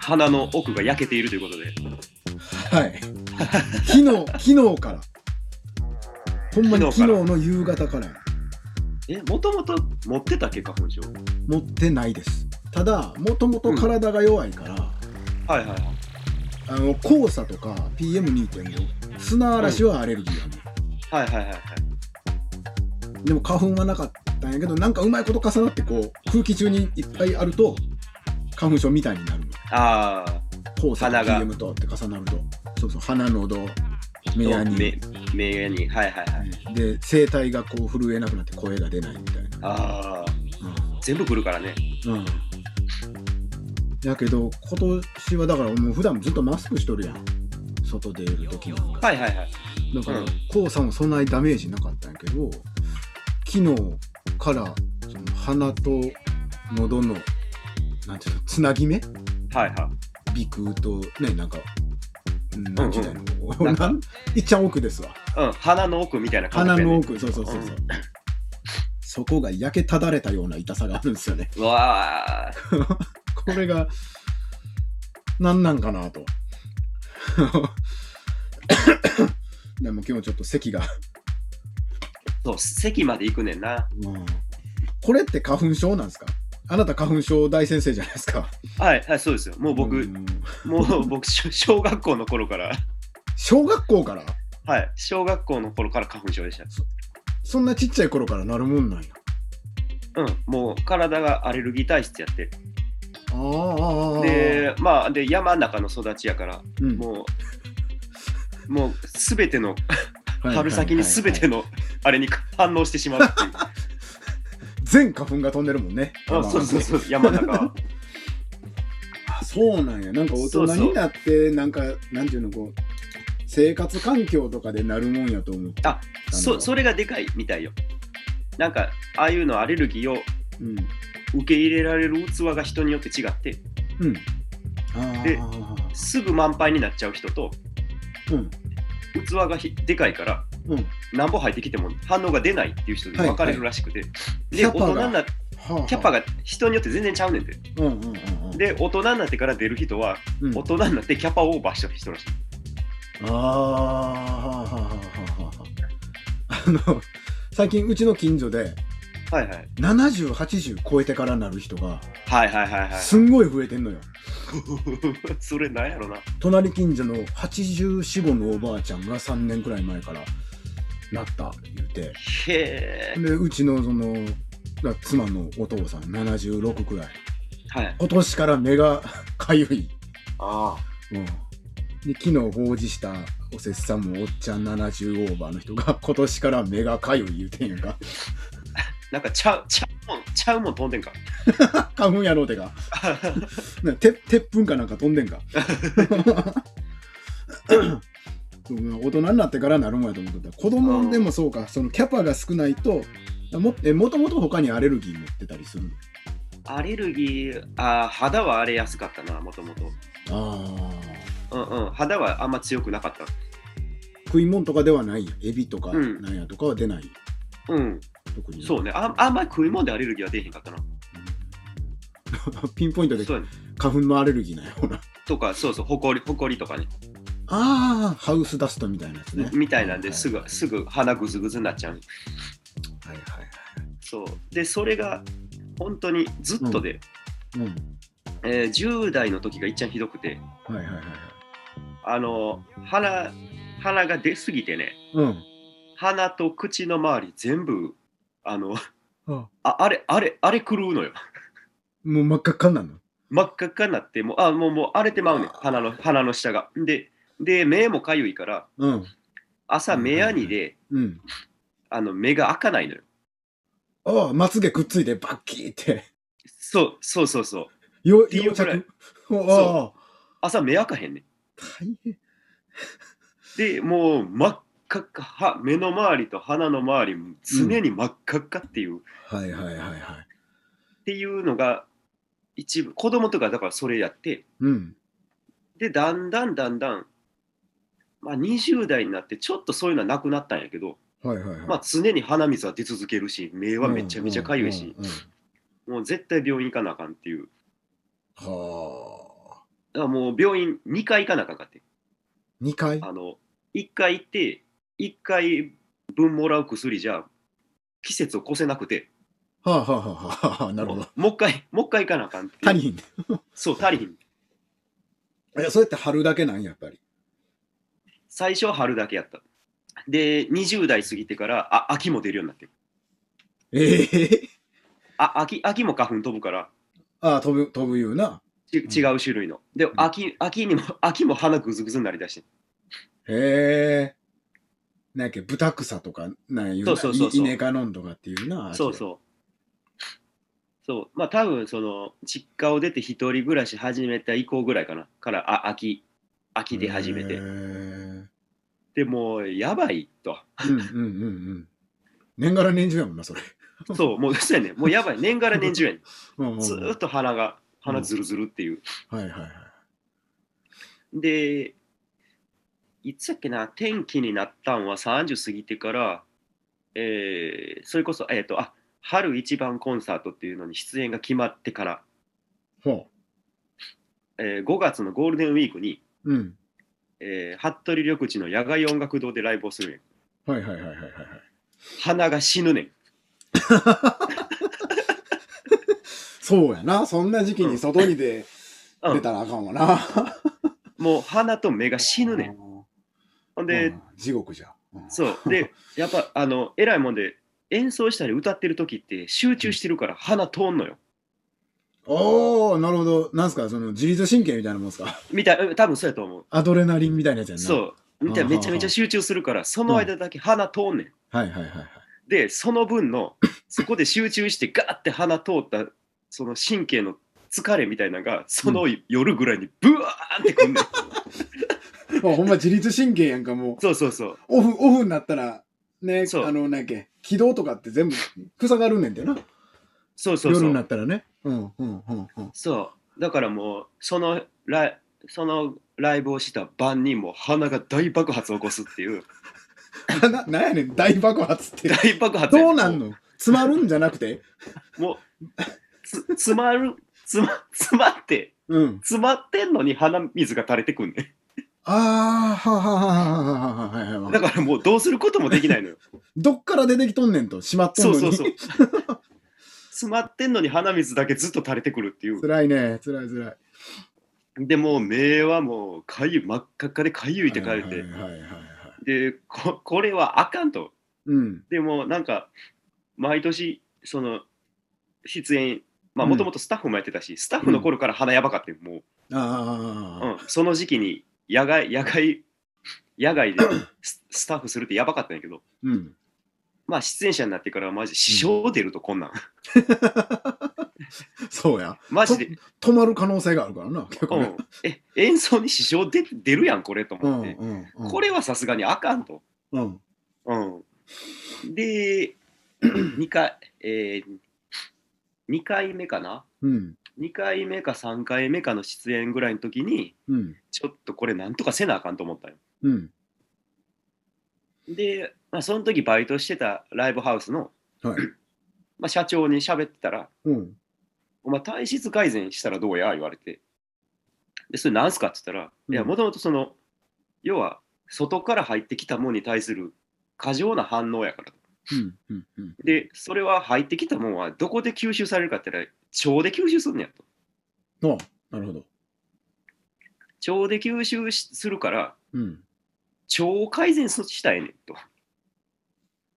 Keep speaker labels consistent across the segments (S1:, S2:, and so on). S1: 鼻の奥が焼けているということで。
S2: はい。昨日、昨日から。ほんま
S1: 昨日か
S2: に昨
S1: ら
S2: 日の夕方から
S1: え、もともと持ってた結果本性。
S2: 持ってないです。ただ、もともと体が弱いから、
S1: はいはいはい。
S2: あの、黄砂とか PM2.5、砂嵐はアレルギーやね、
S1: はいはいはいはい。
S2: でも花粉はなかったんやけど、なんかうまいこと重なって、こう、空気中にいっぱいあると、花粉症みたいになるの。
S1: ああ、
S2: 黄砂
S1: 鼻
S2: と
S1: が
S2: PM とって重なると。そうそう、鼻、喉、目
S1: 目
S2: やに。
S1: 目やに。はいはいはい。
S2: で声帯がこう震えなくなって声が出ないみたいな。
S1: ああ、全部来るからね。
S2: うんうんだけど今年はだからもう普段ずっとマスクしとるやん外出る時なんか、
S1: はいはいはい。
S2: だから
S1: うん
S2: 黄砂もそんなにダメージなかったんやけど昨日からその鼻と喉のなんていうのつなぎ目
S1: はいは
S2: 鼻腔とねなんか。うん
S1: ん
S2: なんて言ったらいいの
S1: なんか
S2: なんいっちゃん奥ですわ。
S1: い。うん、鼻の奥みたいな感
S2: 鼻
S1: 覚や
S2: の
S1: ね。
S2: 奥、そうそうそうそう。そこが焼けただれたような痛さがあるんですよね。
S1: うわあ、
S2: これが何なん かなと。でも今日ちょっと咳が、
S1: そう、席まで行くねんな。
S2: これって花粉症なんですかあなた花粉症大先生じゃないですか
S1: はいはい、そうですよ。もう僕、
S2: うん
S1: もう僕、小小学校の頃から、
S2: 小学校から
S1: はい、小学校の頃から花粉症でした。
S2: そんなちっちゃい頃からなるもんなんや
S1: うん、もう体がアレルギー体質やって。
S2: ああああ
S1: で、まあ、で、山の中の育ちやから、
S2: うん
S1: もう、もう、すべての、
S2: はい
S1: 春先にすべて
S2: はいはい
S1: の、あれに反応してしまう っていう。
S2: 全花粉が飛んでるもんね
S1: あそうそうそう、山 の中は。
S2: あそうなんやなんか大人
S1: そうそう
S2: になってなんかなんていうのこう生活環境とかでなるもんやと思う
S1: あそそれがでかいみたいよ。なんか、ああいうのアレルギーを
S2: うん
S1: 受け入れられる器が人によって違って、
S2: うん。あ
S1: で
S2: あ。
S1: すぐ満杯になっちゃう人と、
S2: うん。
S1: 器がひでかいから、
S2: うん。
S1: なんぼ入ってきても反応が出ないっていう人に分かれるらしくて、で、
S2: キャ
S1: 大
S2: パが
S1: 人になって、
S2: はあ
S1: キャパ。が人によって全然ちゃうねんて。
S2: うんうんうんうん。
S1: で、大人になってから出る人は、
S2: うん、
S1: 大
S2: あ
S1: 人になってキャパオーバーした人らしい。
S2: あ。はあはあはあはあ。あの、最近うちの近所で、
S1: はいはい。
S2: 70、80超えてからなる人が、
S1: はいはいはいはい。
S2: すんごい増えてんのよ。
S1: それなんやろな。
S2: 隣近所の84、5のおばあちゃんが3年くらい前からなった言うて。
S1: へえ。
S2: で、うちのその、だ妻のお父さん76くらい。
S1: はい。
S2: 今年から目が かゆい。
S1: あ
S2: うん、で昨日報じしたおせっさんもおっちゃん70オーバーの人が今年から目がかゆい言うてんや んか
S1: あ。なんかちゃう、ちゃうもん、ちゃうもん飛ん でんか。
S2: 花粉やろうてかなて鉄粉かなんか飛んで んかそう大人になってからなるもんやと思ってた子供でもそうかそのキャパが少ないともえもともと他にアレルギー持ってたりする
S1: アレルギー、あー肌は荒れやすかったな、もともと。
S2: あ
S1: うんうん、肌はあんま強くなかった。
S2: 食い物とかではないやんエビとか
S1: うん
S2: なんやとかは出ない、
S1: うん、
S2: 特に
S1: そうね。ああんまり食い物でアレルギーは出えへんかったな。
S2: うん ピンポイントで
S1: そうやね。
S2: 花粉のアレルギーなんやほら
S1: とか、そうそう、ほこり、ほこりとかね。
S2: ああ、ハウスダストみたいなやつね。
S1: みたいなんで、す
S2: は
S1: ぐ、
S2: い
S1: すぐ鼻ぐずぐずになっちゃう。
S2: はいはい
S1: そう。で、それが、本当にずっとで、
S2: はい。
S1: えー10代の時がいっちゃんひどくて、
S2: うん。はいはいはい。
S1: あの、鼻、鼻が出すぎてね、
S2: うん。
S1: 鼻と口の周り全部、あの、
S2: あ
S1: ああれ、あれ、あれ狂うのよ。
S2: もう真っ赤っかになるの
S1: 真っ赤っかになって、もう、あ、もう、もう荒れてまうねん。鼻の、鼻の下が。で、で、目もかゆいから、
S2: うん。
S1: 朝、目やにで、
S2: うん。
S1: あの、目が開かないのよ。
S2: ああ、まつげくっついてバッキーって。
S1: そう、そうそうそう。
S2: よ、
S1: ていう
S2: よ
S1: くらい
S2: 着。ああ
S1: そ、朝、目開かへんねん。
S2: 大変。
S1: で、もう、真っ赤っか、は目の周りと鼻の周り、常に真っ赤っかっていう、っ
S2: はいはいはいはい。
S1: ていうのが、一部、子供とかだからそれやって、
S2: うん。
S1: で、だんだんだんだん、まあ、20代になってちょっとそういうのはなくなったんやけど、
S2: はいはいはい。
S1: まあ、常に鼻水は出続けるし目はめちゃめちゃかゆいし、
S2: うんうん
S1: もう絶対病院行かなあかんっていう
S2: うんはあ。
S1: だからもう病院2回行かなあかんかって
S2: 2回
S1: あの1回行って1回分もらう薬じゃ季節を越せなくて
S2: はあはあはあはあ、なるほど
S1: も。うもう一回もう一回行かなあかんっていう
S2: 足りひんね。
S1: そう足りひん
S2: いや、そうやって貼るだけなんやっぱり。
S1: 最初は春だけやったで20代過ぎてからあ秋も出るようになってる
S2: ええ
S1: あ秋秋も花粉飛ぶから
S2: ああ、飛ぶ、飛ぶ言うな。
S1: ち違う種類の、で秋秋にも 秋も鼻グズグズになりだして
S2: へえ。なんやっけ、豚草とか、なんや言うな。
S1: そうそうそうそう
S2: イイネカノンとかっていうな。
S1: そう
S2: う。
S1: そう。そう。まあ多分その実家を出て一人暮らし始めた以降ぐらいかな。から、あ、秋、秋出始め
S2: へえ
S1: て
S2: う。ん
S1: でもう、やばいと。
S2: うんうんうん。年がら年中やもんな、それ。
S1: そう、もうそうやねんもうやばい。年がら年中 やねん。
S2: うんうんうん
S1: ずーっと鼻が、鼻ずるずるっていう。
S2: はいはいはい。
S1: で、いつやっけな、天気になったんは30過ぎてから、えー、それこそ、えっ、と、あ、春一番コンサートっていうのに出演が決まってから、
S2: ほ
S1: えー、5月のゴールデンウィークに、
S2: う。うん。
S1: えー、服部緑地の野外音楽堂でライブをするんや
S2: はいはいはいはいはいはい。
S1: 鼻が死ぬねん
S2: そうやな。そんな時期に外に出、
S1: うん
S2: 出たらあかんわな。
S1: もう鼻と目が死ぬねんほん
S2: ん
S1: で、
S2: うん地獄じゃ。うん
S1: そうでやっぱあの偉いもんで演奏したり歌ってる時って集中してるから鼻通んのよ
S2: おー、なるほど。なんすか、その自律神経みたいなもんすか。
S1: みたいうん多分そうやと思う
S2: アドレナリンみたいなやつやんな。う。
S1: そうみたいな
S2: うん
S1: めちゃめちゃ集中するからその間だけ鼻通んねん
S2: はいはいはいはい。
S1: でその分 のそこで集中してガーって鼻通ったその神経の疲れみたいなのがその夜ぐらいにブワーンってくんねん
S2: あほんま自律神経やんか、もう。
S1: そうそうそう
S2: オフ、オフになったら、ね、
S1: そう
S2: あの、なんやっけ、軌道とかって全部塞がるねんだよな。
S1: そうそうそ
S2: 夜
S1: う
S2: になったらね。うんうんうんうん。
S1: そうだからもうそのライそのライブをした晩にもう鼻が大爆発を起こすっていう
S2: あな、なんやねん、大爆発って。
S1: 大爆発や
S2: どうなんの詰まるんじゃなくて
S1: もうつ詰まる詰ま詰まって
S2: うん。
S1: 詰まってんのに鼻水が垂れてくんね
S2: あー、はははははははいはいはい
S1: だからもうどうすることもできない のよ
S2: どっから出てきとんねんと、しまっとん
S1: そ
S2: の
S1: う
S2: に。
S1: そうそう詰まってんのに鼻水だけずっと垂れてくるっていう
S2: 辛いね、辛い辛い。
S1: でもう目はもうかゆい真っ赤っかでかゆいって書いて、
S2: はいはいはいはい。
S1: でここれはあかんと
S2: うん。
S1: でもなんか毎年その出演まあ
S2: うん
S1: もともとスタッフもやってたし、スタッフの頃から鼻やばかったよも
S2: あ
S1: う、
S2: あ、
S1: うん、その時期に野外野外野外でススタッフするってやばかったんやけど
S2: うん。
S1: まあ出演者になってからマジ支障出るとこんなん
S2: そうや。
S1: マジで、
S2: 止まる可能性があるからな、結
S1: う
S2: 構ね
S1: ん。、え演奏に支障出出るやんこれと
S2: うん
S1: 思っ
S2: う
S1: て、
S2: んうん。
S1: これはさすがにあかんと、
S2: うん。
S1: うん、で2回えー、2回目かな
S2: うん。
S1: 2回目か3回目かの出演ぐらいの時に
S2: うん。
S1: ちょっとこれなんとかせなあかんと思ったよ
S2: うん。
S1: で、まあ、その時バイトしてたライブハウスの、
S2: はい
S1: まあ、社長に喋ってたら
S2: うん。
S1: 「お前体質改善したらどうや?」言われてでそれなんすかって言ったら「
S2: うん
S1: いやもともとその要は外から入ってきたものに対する過剰な反応やから」
S2: うん。うん。うん。
S1: でそれは入ってきたもんはどこで吸収されるかって言ったら腸で吸収すんねやと
S2: あなるほど。
S1: 腸で吸収しするから
S2: うん。
S1: 腸を改善そしたいねんと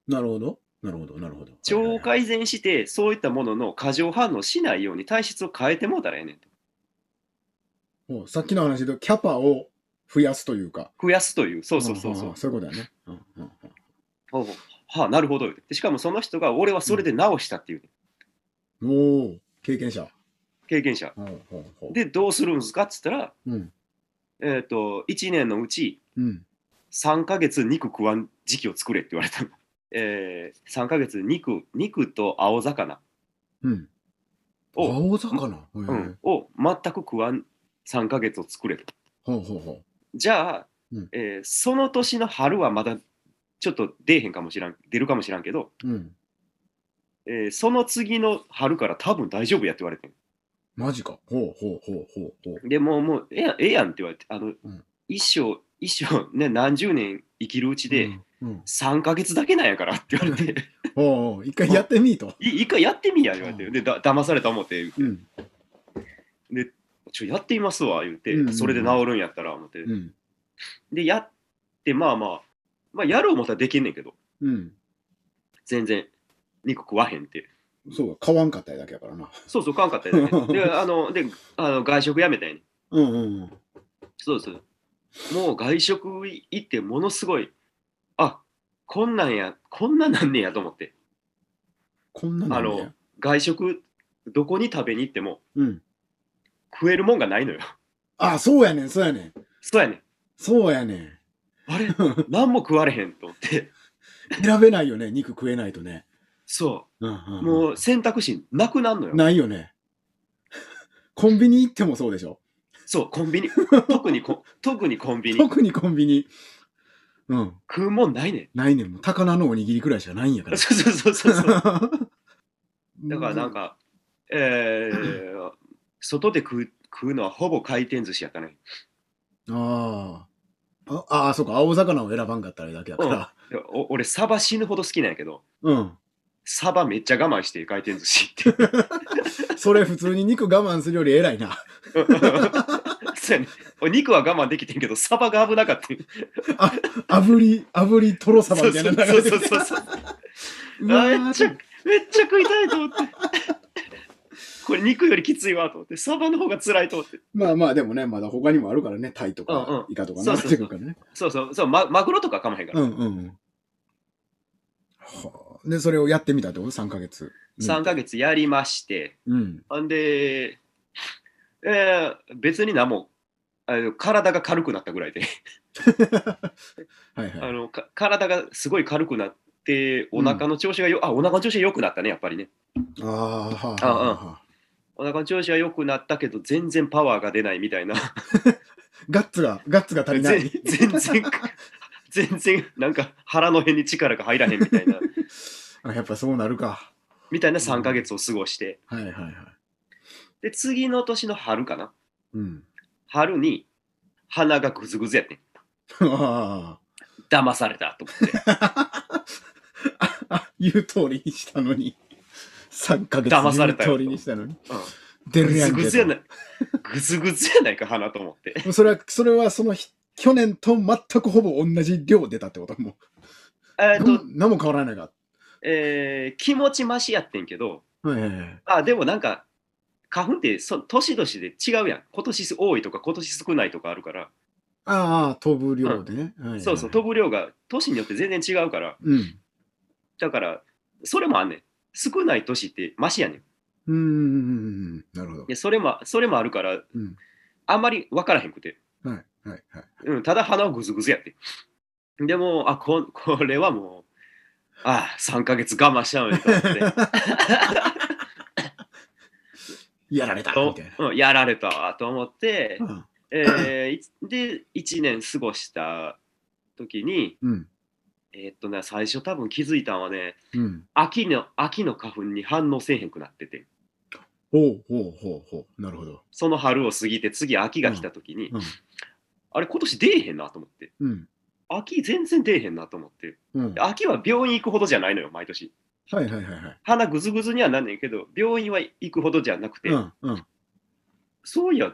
S2: なるほど。なるほど。なるほど。
S1: 腸を改善してそういったものの過剰反応しないように体質を変えてもうたらええねんと
S2: もうさっきの話でキャパを増やすというか。
S1: 増やすというそうそうそうそ
S2: ん
S1: うん
S2: んそういうことだね。うんうんうん
S1: ほうほうはあなるほどよでしかもその人が俺はそれで治したっていう、
S2: おお、経験者。
S1: 経験者
S2: ほうほうほう
S1: でどうするんですかっつったら
S2: うん。
S1: えっ、と1年のうち
S2: うん。
S1: 3ヶ月肉食わん時期を作れって言われたの、 えー、3ヶ月肉肉と青魚
S2: うん。
S1: を、
S2: 青魚。う
S1: うん。を全く食わん3ヶ月を作れと
S2: ほうほうほ
S1: じゃあ
S2: うん
S1: えーその年の春はまだちょっと出えへんかもしらん出るかもしらんけど、
S2: うん。
S1: えーその次の春から多分大丈夫やって言われて
S2: マジか。ほうほうほうほうほう。
S1: んでもうもうええやんええやんって言われてあの、
S2: ん
S1: 一生一生ね何十年生きるうちで、
S2: うん、うん。
S1: 3ヶ月だけなんやからって言われて
S2: おうおう一回やってみーと。
S1: い一回やってみいや言われてでだ騙された思って
S2: うん。
S1: ちょやってみますわ言うて、
S2: うんうん
S1: それで治るんやったら思って、
S2: うん。
S1: でやってまあまあまあやろう思ったらできんねんけど
S2: うん。
S1: 全然肉食わへんって
S2: そうか、買わんかっただけやからな。
S1: そうそうかんかったよね であのであの外食やめたんやね
S2: うんうんうん。
S1: そうそうもう外食行ってものすごいあこんなんやこんなんなんねやと思って
S2: こんなの、ね、
S1: あの、外食どこに食べに行っても
S2: うん。
S1: 食えるもんがないのよ
S2: あ、そうやねん、そうやねん。
S1: そうやねん
S2: そうやねん。
S1: あれ何も食われへんと思って
S2: 選べないよね、肉食えないとね。
S1: そ
S2: うん
S1: う
S2: うん、
S1: もう選択肢なくなんのよ
S2: ないよね。コンビニ行ってもそうでしょ。
S1: そうコンビニ 特にこ特にコンビニ
S2: 特にコンビニ。うん。
S1: 食うもんないねん
S2: ないねん。もう高菜のおにぎりくらいしかないんやから。
S1: そうそうそうそうそう だ
S2: だ
S1: からなん。か、えー、外で食う食うのはほぼ回転寿司やったね。
S2: ああ。ああー、そうか。青魚を選ばんかったらあれだけだから。
S1: お俺、サバ死ぬほど好きなんやけど、
S2: うん。
S1: サバめっちゃ我慢して回転寿司 って。
S2: それ普通に肉我慢するより偉いな。
S1: そうやね、お肉は我慢できてんけど、サバが危なかった。
S2: 炙り、炙りトロサバ
S1: そう
S2: みた
S1: そ
S2: いな
S1: う
S2: の流れて
S1: そう
S2: きて
S1: そうそう。
S2: うわ
S1: めっちゃ、
S2: ー
S1: めっちゃ食いたいと思って。これ肉よりきついわと思って、サバの方が辛いと思って。
S2: まあまあでもね、まだ他にもあるからね。タイと
S1: うんうん
S2: かイカとか
S1: そう
S2: な
S1: そう
S2: っ
S1: そ
S2: て
S1: う
S2: くるからね。
S1: そうそう、そうママグロとかかまへんから。
S2: うんうんうん。はあ、で、それをやってみたってこと ?3 ヶ月。
S1: 3ヶ月やりまして、
S2: うん。
S1: んで、えー別に何もあの体が軽くなったぐらいで
S2: はい
S1: あ
S2: はい。
S1: のか体がすごい軽くなってお腹の調子がよ、あお腹の調子が良くなったねやっぱりね
S2: ああ、はあ、は
S1: あ
S2: あ、はあ。
S1: お腹の調子が良くなったけど全然パワーが出ないみたいな
S2: ガッツが、ガッツが足り
S1: 全
S2: な
S1: 然
S2: い。
S1: 全然全然なんか腹の辺に力が入らへんみたいな
S2: あ やっぱそうなるか。
S1: みたいな3ヶ月を過ごして
S2: はいはいはい。
S1: で次の年の春かな
S2: うん。
S1: 春に鼻がグズグズやってん
S2: あ
S1: 騙されたと思って
S2: ああ、 言う通りにしたのに。3ヶ月
S1: 騙されたよ
S2: 言う通りにしたのに。
S1: うん
S2: 出
S1: ぐ
S2: るや
S1: ず
S2: んけ
S1: ぐ
S2: ど
S1: ずやない。ぐずぐずやないか、花と思って。
S2: それは、それはその日去年と全くほぼ同じ量出たってことも
S1: え
S2: う。
S1: っと、
S2: 何も変わらないか。
S1: えー気持ちマシやってんけど、
S2: はいはいはい。
S1: あ、でもなんか、花粉ってそ年々で違うやん。今年多いとか今年少ないとかあるから、
S2: ああ、飛ぶ量でね。はいはい
S1: そうそう、飛ぶ量が年によって全然違うから、
S2: うん。
S1: だから、それもあんねん。少ない年ってマシやねん。
S2: うーん。なるほど。
S1: でそれも、それもあるから、
S2: うん
S1: あんまり分からへんくて。
S2: はいはいはい。
S1: うん、ただ鼻をぐずぐずやって。でも、あ、ここれはもう、ああ、3ヶ月我慢したのにと思って。
S2: やられたみたいな。
S1: うん、やられたと思って、
S2: うん
S1: えーいつで1年過ごした時に
S2: うん。
S1: えーっとね最初多分気づいたのはね
S2: うん。
S1: 秋の秋の花粉に反応せえへんくなってて
S2: ほうほうほうほう。なるほど。
S1: その春を過ぎて次秋が来た時に、
S2: うんうん
S1: あれ今年出えへんなと思って
S2: うん。
S1: 秋全然出えへんなと思って
S2: うん。は
S1: 秋は病院行くほどじゃないのよ毎年
S2: いはいはいはい。
S1: 鼻ぐずぐずにはなんねんけど病院は行くほどじゃなくて、
S2: うんうん。
S1: そういや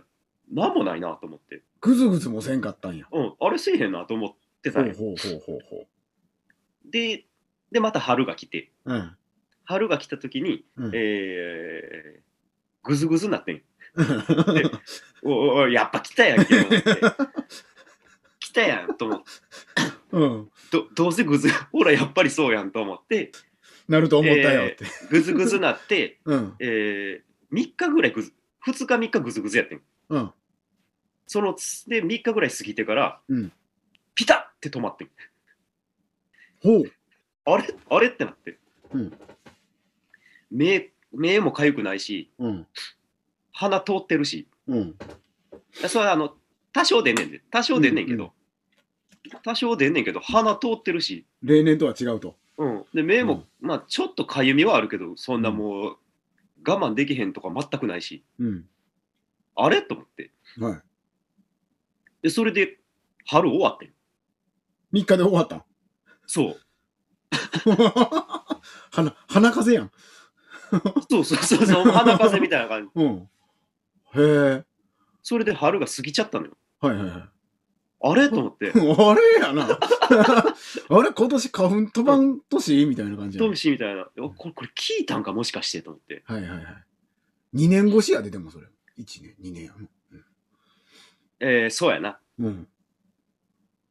S1: なんもないなと思って、
S2: ぐずぐずもせんかったんや。
S1: うん、あれせえへんなと思ってた
S2: ほ
S1: ん
S2: う
S1: よ
S2: ほうほうほうほ
S1: ででまた春が来て
S2: う。うん。
S1: 春が来た時に、
S2: うん
S1: えー、ぐずぐずなってん。おおおやっぱ来たやんけと思って。 来たやんと思って。
S2: うん。
S1: どどうせぐず、ほらやっぱりそうやんと思って、
S2: なると思ったよって。
S1: ぐずぐずなって、
S2: うん。
S1: えー、3日ぐらいぐず、2日3日ぐずぐずやってん。
S2: うん。
S1: そのつ、で、3日ぐらい過ぎてから、
S2: うん
S1: ピタッて止まってん。
S2: ほう。
S1: あれあれってなって。
S2: うん
S1: 目、目も痒くないし、
S2: うん。
S1: 鼻通ってるし、
S2: うん。
S1: それはあの多少出んねんで多少出んねんけど、
S2: うん
S1: 多少出んねんけど鼻通ってるし、
S2: 例年とは違うと。
S1: うん、で目も、まあちょっとかゆみはあるけどそんなもう我慢できへんとか全くないし
S2: うん。
S1: あれと思って
S2: は
S1: でそれで春終わってん
S2: い。3日で終わった。
S1: そう
S2: 鼻、鼻風邪やん。
S1: そうそうそう そう鼻風みたいな感じ
S2: うん。へえ。
S1: それで春が過ぎちゃったのよ
S2: はい はいはい。
S1: あれと思 って
S2: あれやな。 あれ今年花粉飛ばん年みたいな感じや
S1: ト
S2: ん
S1: ミ。シみたいなおこれこれ聞いたんかもしかしてと思って
S2: はいはいはい。2年越しやで、でもそれ。1年、2年やも
S1: えー、そうやな
S2: うん。うん。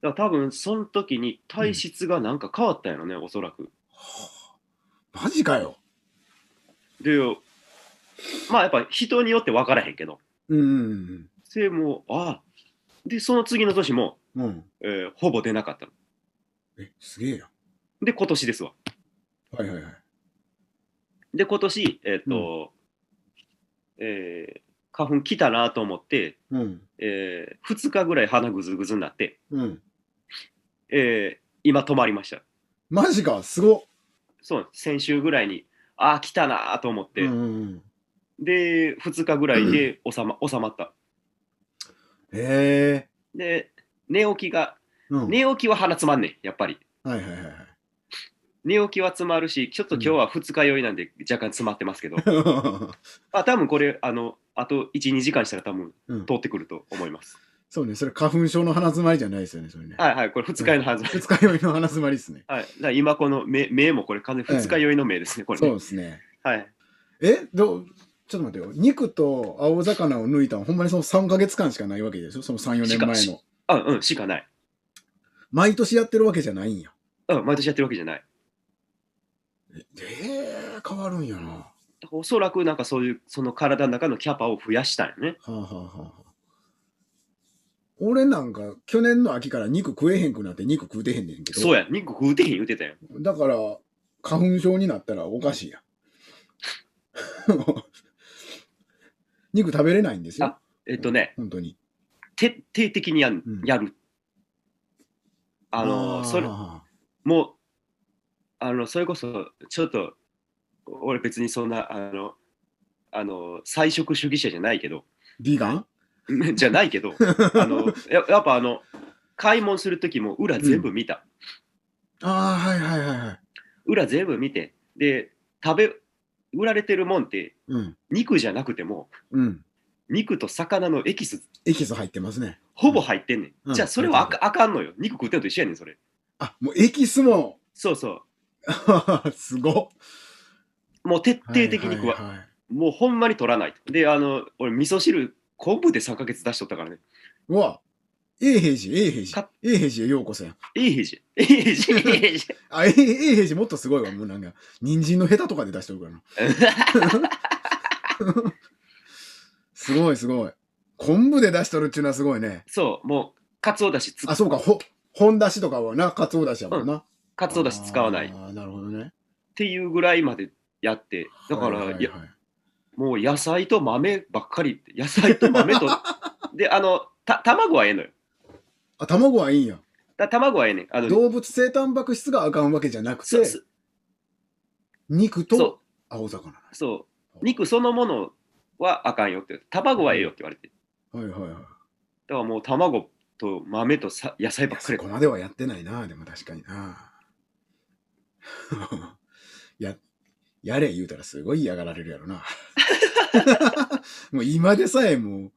S1: だから多分その時に体質がなんか変わったんやろね、おそらく
S2: マジかよ。
S1: でまあやっぱ人によって分からへんけど
S2: うんうん
S1: でもうあでその次の年も、
S2: うん。うん。
S1: えーほぼ出なかったの
S2: え、すげえや
S1: で今年ですわ
S2: ん。はいはいはい。
S1: で今年えーっと、えー花粉来たなと思って、
S2: うん。
S1: え2日ぐらい鼻ぐずぐずになって、
S2: うん。
S1: えー今止まりました
S2: マジか、すごっ。
S1: そうなんです先週ぐらいにああ来たなと思って、
S2: うんうんうん。
S1: で2日ぐらいで収ま収まった
S2: へえ。
S1: で寝起きが
S2: うん。
S1: 寝起きは鼻つまんねんやっぱり
S2: はいはいはいはい。
S1: 寝起きは詰まるしちょっと今日は二日酔いなんで若干詰まってますけど、あ多分これあのあと12時間したら多分
S2: うん
S1: 通ってくると思います、
S2: そうね、それ花粉症の鼻詰まりじゃないですよね、それね。
S1: はいはいこれ二日酔いのはず、
S2: 二日酔いの鼻詰まりですね。
S1: はい、だから今この目目もこれ完全に二日酔いの目ですね、これ
S2: そう
S1: ね
S2: ですね。
S1: はい
S2: え、どう、ちょっと待ってよ。肉と青魚を抜いたの、ほんまにその3ヶ月間しかないわけでしょその3、4
S1: し
S2: 年
S1: か
S2: 前
S1: し
S2: の。
S1: あうんしかない、
S2: 毎年やってるわけじゃないんや。
S1: うん、毎年やってるわけじゃない
S2: ええー、変わるんやな。は
S1: だからおそらくなんかそういうその体の中のキャパを増やしたんよね
S2: あ、はあはあはあ、俺なんか去年の秋から肉食えへんくなって肉食うてへんねんけど。
S1: そうや肉食うてへん言うてたよ
S2: だから、花粉症になったらおかしいやん。 肉食べれないんですよ
S1: あ。えっとね
S2: 本当に。
S1: 徹底的にやん
S2: うん
S1: やる、あの
S2: ー
S1: それもう、あの、それこそ、ちょっと、俺別にそんな、あの、あの、菜食主義者じゃないけど、
S2: ビーガン
S1: じゃないけど、あ の、ややっぱあの、買い物する時も裏全部見た。
S2: ああ、はいはいはいはい。
S1: 裏全部見て、で、食べ、売られてるもんって、
S2: うん。
S1: 肉じゃなくても、
S2: うん。
S1: 肉と魚のエキス、
S2: エキス入ってますね。
S1: ほぼ入ってんねん。
S2: うん
S1: じゃあ、それはあかあかんのよ。肉食ってんのと一緒やねん、それ。
S2: あ、もうエキスも、
S1: そうそ
S2: すごっ。
S1: う。もう徹底的に食わ、
S2: はいはいはい
S1: もうほんまに取らないと。で、あの、俺、味噌汁、昆布で3ヶ月出しとったからね。
S2: うわ、永平寺、永平寺
S1: か。
S2: 永平寺へようこそやん。
S1: いい平じいい じいいじ
S2: あ、永永平寺もっとすごいわ。もうなんか、人参のヘタとかで出してるからな。 すごいすごい。昆布で出しとるっちゅうのはすごいね。
S1: そう、もう、かつおだしつ
S2: あ、、そうか、ほ、本出しとかはな、かつおだしやもんな。
S1: かつおだし使わないっ
S2: ああ、なるほどね。
S1: ていうぐらいまでやって、だから、
S2: はいはいはい
S1: いやもう野菜と豆ばっかりって、野菜と豆 と、で、あの、た卵はええのよ。
S2: あ、卵はいいんや。
S1: だ卵はええねん。あの、
S2: 動物性タンパク質があかんわけじゃなく
S1: そ
S2: て、
S1: そ
S2: 肉
S1: そ
S2: と青
S1: う、
S2: 魚。
S1: そう、肉そのものはあかんよって、卵はええよって言われて、
S2: はいはいはい。
S1: だからもう卵と豆とさ野菜ばっか
S2: そ
S1: り。
S2: こまではやってないな、でも確かにな。 や、やれ言うたらすごい嫌がられるやろな。もう今でさえもう、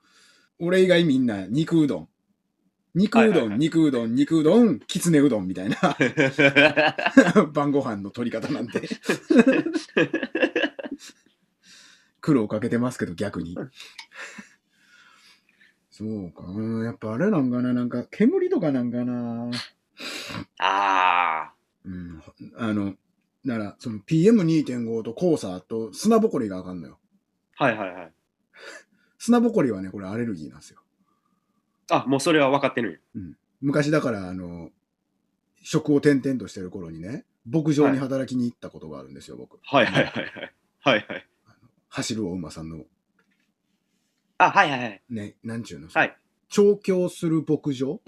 S2: 俺以外みんな肉うどん。肉う
S1: はい
S2: ど
S1: はいは
S2: ん、
S1: い
S2: 肉うどん、肉うどん、きつねうどんみたいな 晩ご飯の取り方なんて。苦労かけてますけど、逆に。そうか、うんやっぱあれなんかな、なんか煙とかなんかな。
S1: ああ、
S2: うん、あの、なら、その PM2.5 と黄砂と砂ぼこりがあかんのよ。
S1: はいはいはい。
S2: 砂ぼこりはね、これアレルギーなんですよ。
S1: あ、もうそれは分かってるんや
S2: 昔だから、あの、職を転々としてる頃にね、牧場に働きに行ったことがあるんですよ、僕。
S1: はいはいはいはい。はいはい。
S2: 走るお馬さんの、
S1: あ、はいはいはい。
S2: ね、なんちゅうの、
S1: はい
S2: 調教する牧場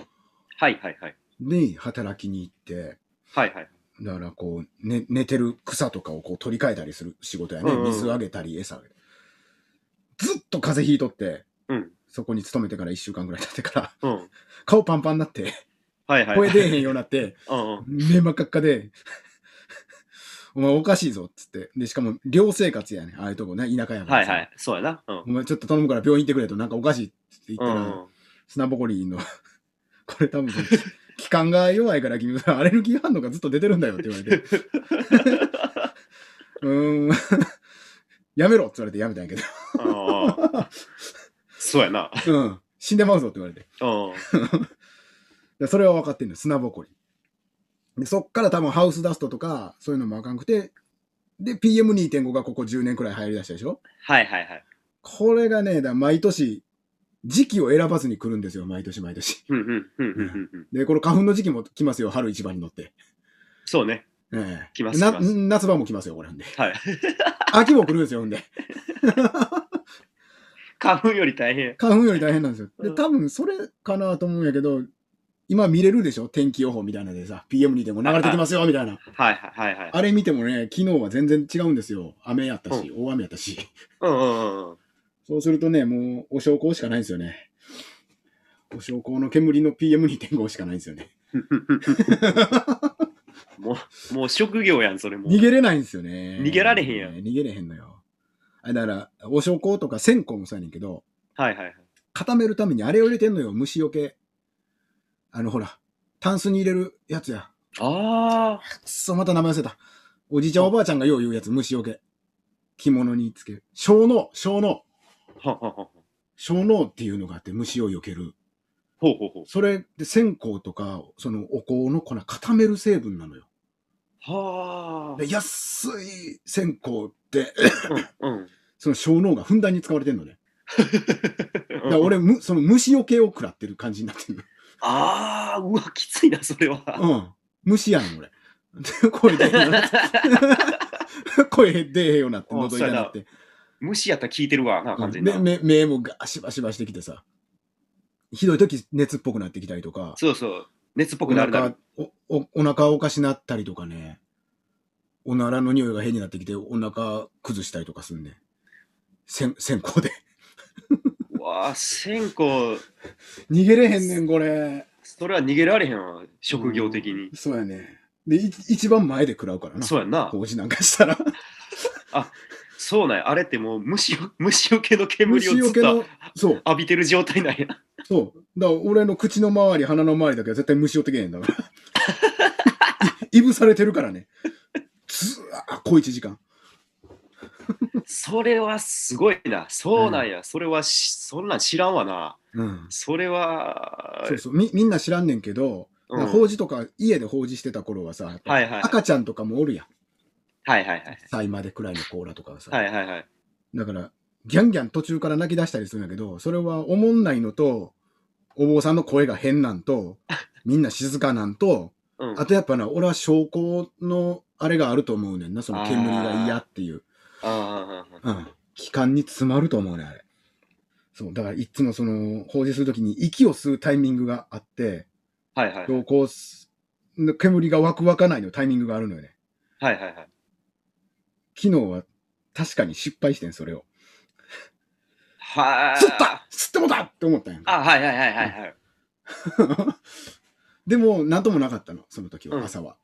S1: はいはいはい。
S2: に働きに行って、
S1: はいはい。
S2: だからこう、ね、寝てる草とかをこう取り替えたりする仕事やね。
S1: うんうん
S2: 水あげたり餌あげたり。ずっと風邪ひいとって、
S1: うん。
S2: そこに勤めてから1週間ぐらい経ってから、
S1: うん。
S2: 顔パンパンになって、
S1: はいはい。
S2: 声出えへんようになって、
S1: うんうん。
S2: 目真っ赤っかで、 お前おかしいぞっつって。で、しかも寮生活やね。ああいうとこね、田舎やから。
S1: はいはい。そうやな。うん。
S2: お前ちょっと頼むから病院行ってくれと、なんかおかしいっつって言った
S1: う
S2: ら、
S1: ん。
S2: 砂ぼこりの、 これ多分、気管が弱いから君、アレルギー反応がずっと出てるんだよって言われて、 うーん、 やめろって言われてやめたんやけ
S1: うんうんそうやな。
S2: ど、 うん、死んでまうぞって言われて。
S1: うん。
S2: でそれは分かってんのよ、砂ぼこり。でそっから多分ハウスダストとか、そういうのもあかんくて、で、PM2.5 がここ10年くらい入り出したでしょ
S1: はいはいはい。
S2: これがね、だから毎年、時期を選ばずに来るんですよ、毎年毎年。
S1: うんうんうんうんうんうん。
S2: で、この花粉の時期も来ますよ、春一番に乗って。
S1: そうね。
S2: ええ
S1: 来ます
S2: な
S1: 来ます
S2: 夏場も来ますよ、これ。ほんで。
S1: はい。
S2: 秋も来るんですよ、ほんで。
S1: 花粉より大変。
S2: 花粉より大変なんですよ。で、
S1: うん
S2: 多分それかなと思うんやけど、今見れるでしょ天気予報みたいなのでさ、PM2.5 流れてきますよ、みたいな。
S1: はいはいはいはい。
S2: あれ見てもね、昨日は全然違うんですよ。雨やったし、大雨やったし。
S1: うんうんうん。
S2: そうするとね、もう、お焼香しかないんですよね。お焼香の煙の PM2.5 しかないんですよね。
S1: もう、もう職業やん、それも。
S2: 逃げれないんですよね。
S1: 逃げられへんやん
S2: 逃げれへんのよ。あだから、お焼香とか線香もそうやねんけど、
S1: はいはいはい。
S2: 固めるためにあれを入れてんのよ、虫よけ。あの、ほら、タンスに入れるやつや。
S1: ああ。
S2: くっそ、また名前忘れた。おじいちゃんおばあちゃんがよう言うやつ、虫よけ。着物につける。小脳、小脳。
S1: ほうほうほう
S2: 小脳っていうのがあって、虫を避ける。
S1: ほうほうほう。
S2: それで線香とか、そのお香の粉固める成分なのよ。
S1: は
S2: で安い線香って、
S1: あ。うん。うん。
S2: その小脳がふんだんに使われてんのね。だから
S1: うん
S2: 俺、むその虫よけを食らってる感じになってる。
S1: ああ、うわ、きついな、それは。
S2: うん。虫やん、俺。 で声出えへんようになって。 声出えへんようになって、
S1: あ
S2: 喉痛なって。
S1: 虫やったら聞いてるわ、な、完全に
S2: で、
S1: な。
S2: 目、目もガシバシバしてきてさ。ひどい時、熱っぽくなってきたりとか。
S1: そうそう。熱っぽ
S2: お
S1: くなるな
S2: 腹
S1: る。、
S2: お、お、お腹おかしなったりとかね。おならの匂いが変になってきて、お腹崩したりとかすんね。せん、線 香で。
S1: うわあ、線香、
S2: 逃げれへんねん、これ。
S1: それは逃げられへんわ、職業的に
S2: うん。そうやね。で、い一番前で食らうからな。
S1: そうやんな。
S2: 工事なんかしたら。
S1: そうなんや。あれってもう虫よ、 虫よけの煙を
S2: 虫
S1: ず
S2: よ
S1: っ
S2: け
S1: と
S2: の、そう。
S1: 浴びてる状態なんや。
S2: そう。だから俺の口の周り、鼻の周りだけは絶対虫寄ってけえへん だから。いいぶされてるからね。ずーっ、小一時間。
S1: それはすごいな。そうなんや。それはし、そんなん知らんわな。
S2: うん。
S1: それは、
S2: そうそう。み、みんな知らんねんけど、
S1: うん
S2: 法事とか、家で法事してた頃はさ、
S1: はいはい。
S2: 赤ちゃんとかもおるやん。
S1: はいはいはい。
S2: 歳までくらいの甲羅とかはさ。
S1: はいはいはい。
S2: だから、ギャンギャン途中から泣き出したりするんだけど、それはおもんないのと、お坊さんの声が変な んと、みんな静かなんと、
S1: うん。
S2: あとやっぱな、俺は証拠のあれがあると思うねんな、その煙が嫌っていう。
S1: あー
S2: うん。気管に詰まると思うね、あれ。そう、だからいつもその、放置するときに息を吸うタイミングがあって、
S1: はいはい。
S2: こう、こうす、煙が湧く湧かないのタイミングがあるのよね。
S1: はいはいはい。
S2: 昨日は確かに失敗してん、それを。
S1: はー
S2: 吸った吸ってもだって思ったんやんか。
S1: あ、はいはいはいはいはい。
S2: でも、なんともなかったの、その時
S1: うん
S2: は、朝は。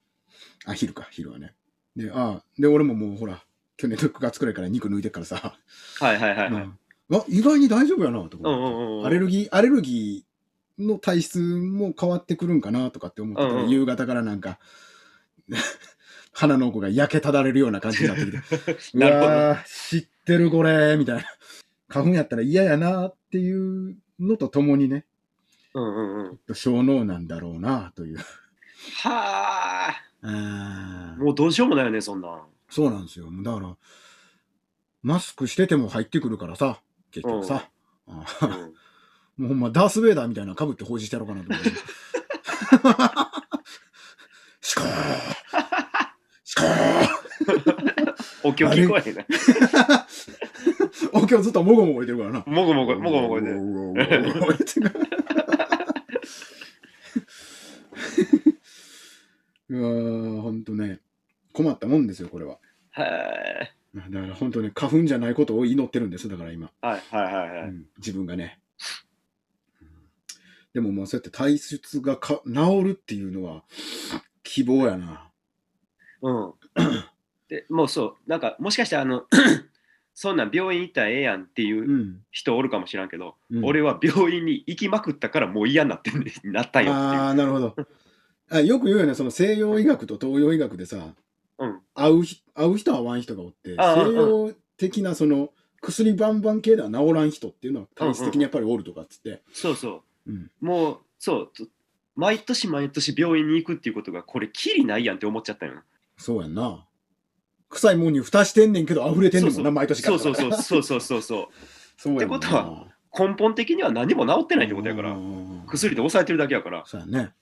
S2: あ、昼か、昼はね。で、ああ、で、俺ももうほら、去年の9月くらいから肉抜いてっからさ、
S1: はいはいはいは
S2: う
S1: い。
S2: んあ、意外に大丈夫やな、とか
S1: うん
S2: 思って。
S1: うんうん。
S2: アレルギー、アレルギーの体質も変わってくるんかなとかって思ってたら、
S1: うんうん
S2: 夕方からなんか、 鼻の奥が焼けただれるような感じになってき て、う
S1: なるほど
S2: わー、知ってるこれ、みたいな。花粉やったら嫌やなっていうのとともにね、
S1: うんうんうん。
S2: 小脳なんだろうなという。
S1: は
S2: あ
S1: あ。
S2: ー
S1: もうどうしようもないよね、そんなん。
S2: そうなんですよ。だから、マスクしてても入ってくるからさ、結局さ。あ
S1: う
S2: ー
S1: ん
S2: もうほんまダース・ベイダーみたいなの被って報じしてやろうかなと思って。シコーシコー
S1: お経聞こえへん な。
S2: お経ずっともごもご言ってるからな。
S1: もごもご、もごもごで。
S2: もごもご言ってるうわー、ほんとね、困ったもんですよ、これは。
S1: はい
S2: だから本当ね、花粉じゃないことを祈ってるんです、だから今。
S1: はいはいは
S2: う
S1: い。
S2: ん自分がね。でももうそうやって体質がか治るっていうのは希望やな。。
S1: うん。でもうそう、なんかもしかしたらあの そんなん病院行ったらええやんっていううん人おるかもしらんけど、
S2: うん
S1: 俺は病院に行きまくったからもう嫌になってんね なったんよっていう
S2: あ。あ、なる ほど。あよく言うよね、その西洋医学と東洋医学でさ、
S1: うん
S2: 合うひ合う人合わん人がおって、
S1: あー
S2: 西洋的なその薬バンバン系では治らん人っていうのは体質的にやっぱりおるとかっつって。。
S1: そうそううんもうそうと毎年毎年病院に行くっていうことがこれきりないやんって思っちゃったよな
S2: そうやんな。臭いもんに蓋してんねんけど溢れてんねんもんな、毎年か
S1: そ
S2: ら。
S1: うそうそうそうそうそうそう
S2: そうやもんな
S1: ってことは根本的には何も治ってないってことやか
S2: う
S1: ら
S2: んうんうんうん
S1: 薬で抑えてるだけやからっ
S2: そうやね。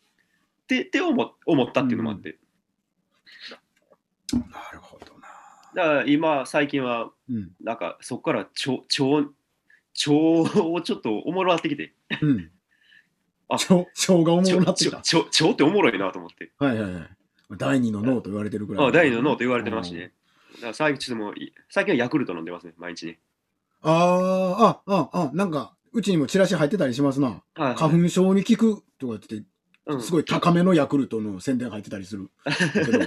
S1: てって思思ったっていうのもあって
S2: なるほどな。
S1: だから今最近は
S2: うん。
S1: なんかそこから腸腸腸をちょっとおもろなってきて
S2: うん。
S1: あ
S2: しょしょうがおも
S1: 腸
S2: ろなって
S1: 腸
S2: きた。
S1: 腸腸っておもろいなと思って
S2: はいはいはい。第二の脳と言われてるぐらい。
S1: あ第二の脳と言われてますしねだから最近ちょっともうい最近はヤクルト飲んでますね毎日ね
S2: うん。あーあ、あ、あ、なんか、うちにもチラシ入ってたりしますな。
S1: 花
S2: 花粉症に効くとか言って
S1: う
S2: て、
S1: ん
S2: すごい高めのヤクルトの宣伝入ってたりする。けど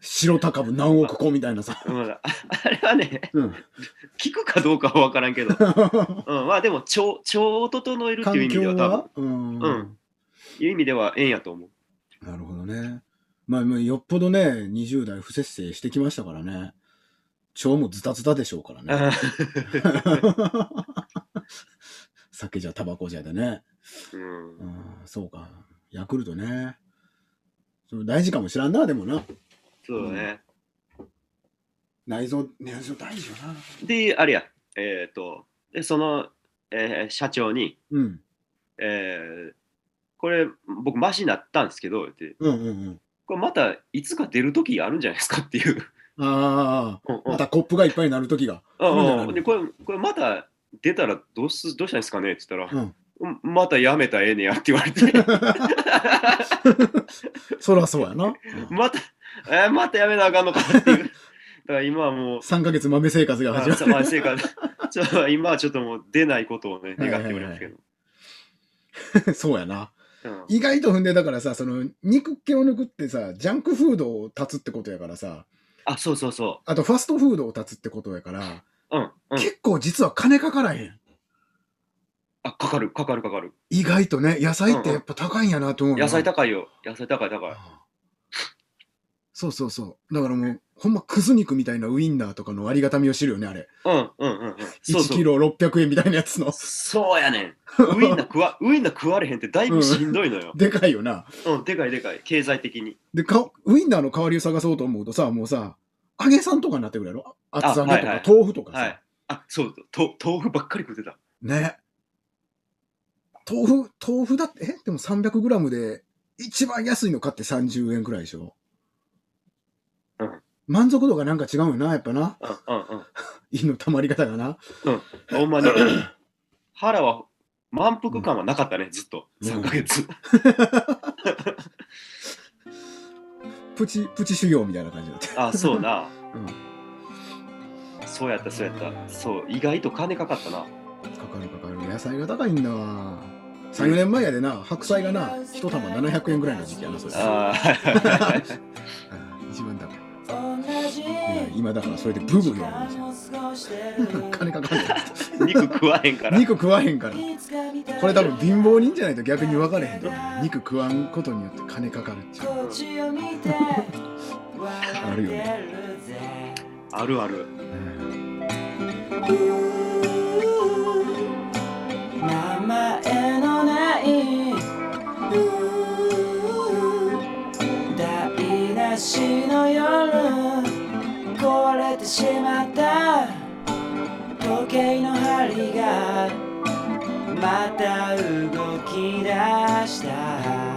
S2: 白高ぶ何億個みたいなさ。
S1: うんあ あれはね
S2: うん。
S1: 効くかどうかは分からんけど、うん、まあでも腸腸を整えるっていう意味
S2: 環
S1: で
S2: 境
S1: は多分
S2: はうん
S1: うんいう意味ではええんやと思う
S2: なるほどね。まあ、もうよっぽどね、20代不節制してきましたからね。腸もズタズタでしょうからね。酒じゃタバコじゃでね。
S1: うん
S2: うん、そうか。ヤクルトね。そう大事かもしらんな、でもな。
S1: そうだね、
S2: 内臓、内臓大事よな。
S1: であれやえっ、とでその、えー社長に、
S2: うん。
S1: えーこれ僕マシになったんですけどって
S2: うんうん
S1: これまたいつか出る時あるんじゃないですかっていう
S2: うん。あ
S1: うん
S2: あ、
S1: うん
S2: またコップがいっぱいになるときが。
S1: うんうんでこれこれまた出たらどうすどうしたんですかねって言った
S2: う
S1: ら、
S2: ん。
S1: うんまたやめたらええねやって言われ て
S2: そらそうやな。
S1: また、えーまたやめなあかんのかって いう。だから今はもう、
S2: 3ヶ月豆生活が
S1: あ
S2: 始まる。
S1: そうまあせいか ちょっと今はちょっともう出ないことをね、願っておりますけど。
S2: そうやな。
S1: うん
S2: 意外と踏んで、だからさ、その、肉気を抜くってさ、ジャンクフードを断つってことやからさ、
S1: あ、そうそうそ
S2: あとファストフードを断つってことやから、
S1: う。うん、うん。
S2: 結構実は金かからへん。
S1: あ、かかる、かかる、かかる。
S2: 意外とね、野菜ってやっぱ高いんやなと思うな。
S1: 野菜高いよ。野菜高い、高い。
S2: そうそうそう。だからもう、ほんまくず肉みたいなウインナーとかのありがたみを知るよね、あれ。
S1: うん、うん、うんうん。そう
S2: 1
S1: そ
S2: キ
S1: う。
S2: ロ600円みたいなやつの。
S1: そうやね ん。ウインナー食わ、ウインナー食われへんってだいぶしんどいのよ。
S2: でかいよな。
S1: うん、でかいでかい。経済的に。
S2: で、かウインナーの代わりを探そうと思うとさ、もうさ、揚げさんとかになってくるやろ厚揚げと
S1: はいは
S2: か
S1: い
S2: 豆腐とかさ。
S1: はい。あ、そう、と豆腐ばっかり食ってた。
S2: ね。豆腐、豆腐だって、えでも 300g で一番安いの買って30円くらいでしょ。
S1: うん
S2: 満足度がなんか違うよな、やっぱな。
S1: うん、うん、
S2: 胃の溜まり方がな。
S1: うん。ほんまに。 腹は、満腹感はなかったね、ずっと。3ヶ月。
S2: プチ、プチ修行みたいな感じだった。
S1: あそうな、
S2: うん
S1: そうやったそうやったそう意外と金かかったな
S2: かかるかかる。野菜が高いんだわ。3、4年前やでな、白菜がな、一玉700円くらいの時期やな、それ。
S1: あー
S2: うん一番高い。
S3: い
S2: 今だからそれでブーブー言われま
S3: や
S2: 金かかんない。
S1: 肉食わへんから
S2: 肉食わへんから。これ多分貧乏人じゃないと逆に分かれへんと思う肉
S3: 肉
S2: 食わんことによって金かかるっていう
S3: こっちを見て
S2: あるよね
S1: あるある
S3: 名前のないうー台無しの夜壊れてしまった時計の針がまた動き出した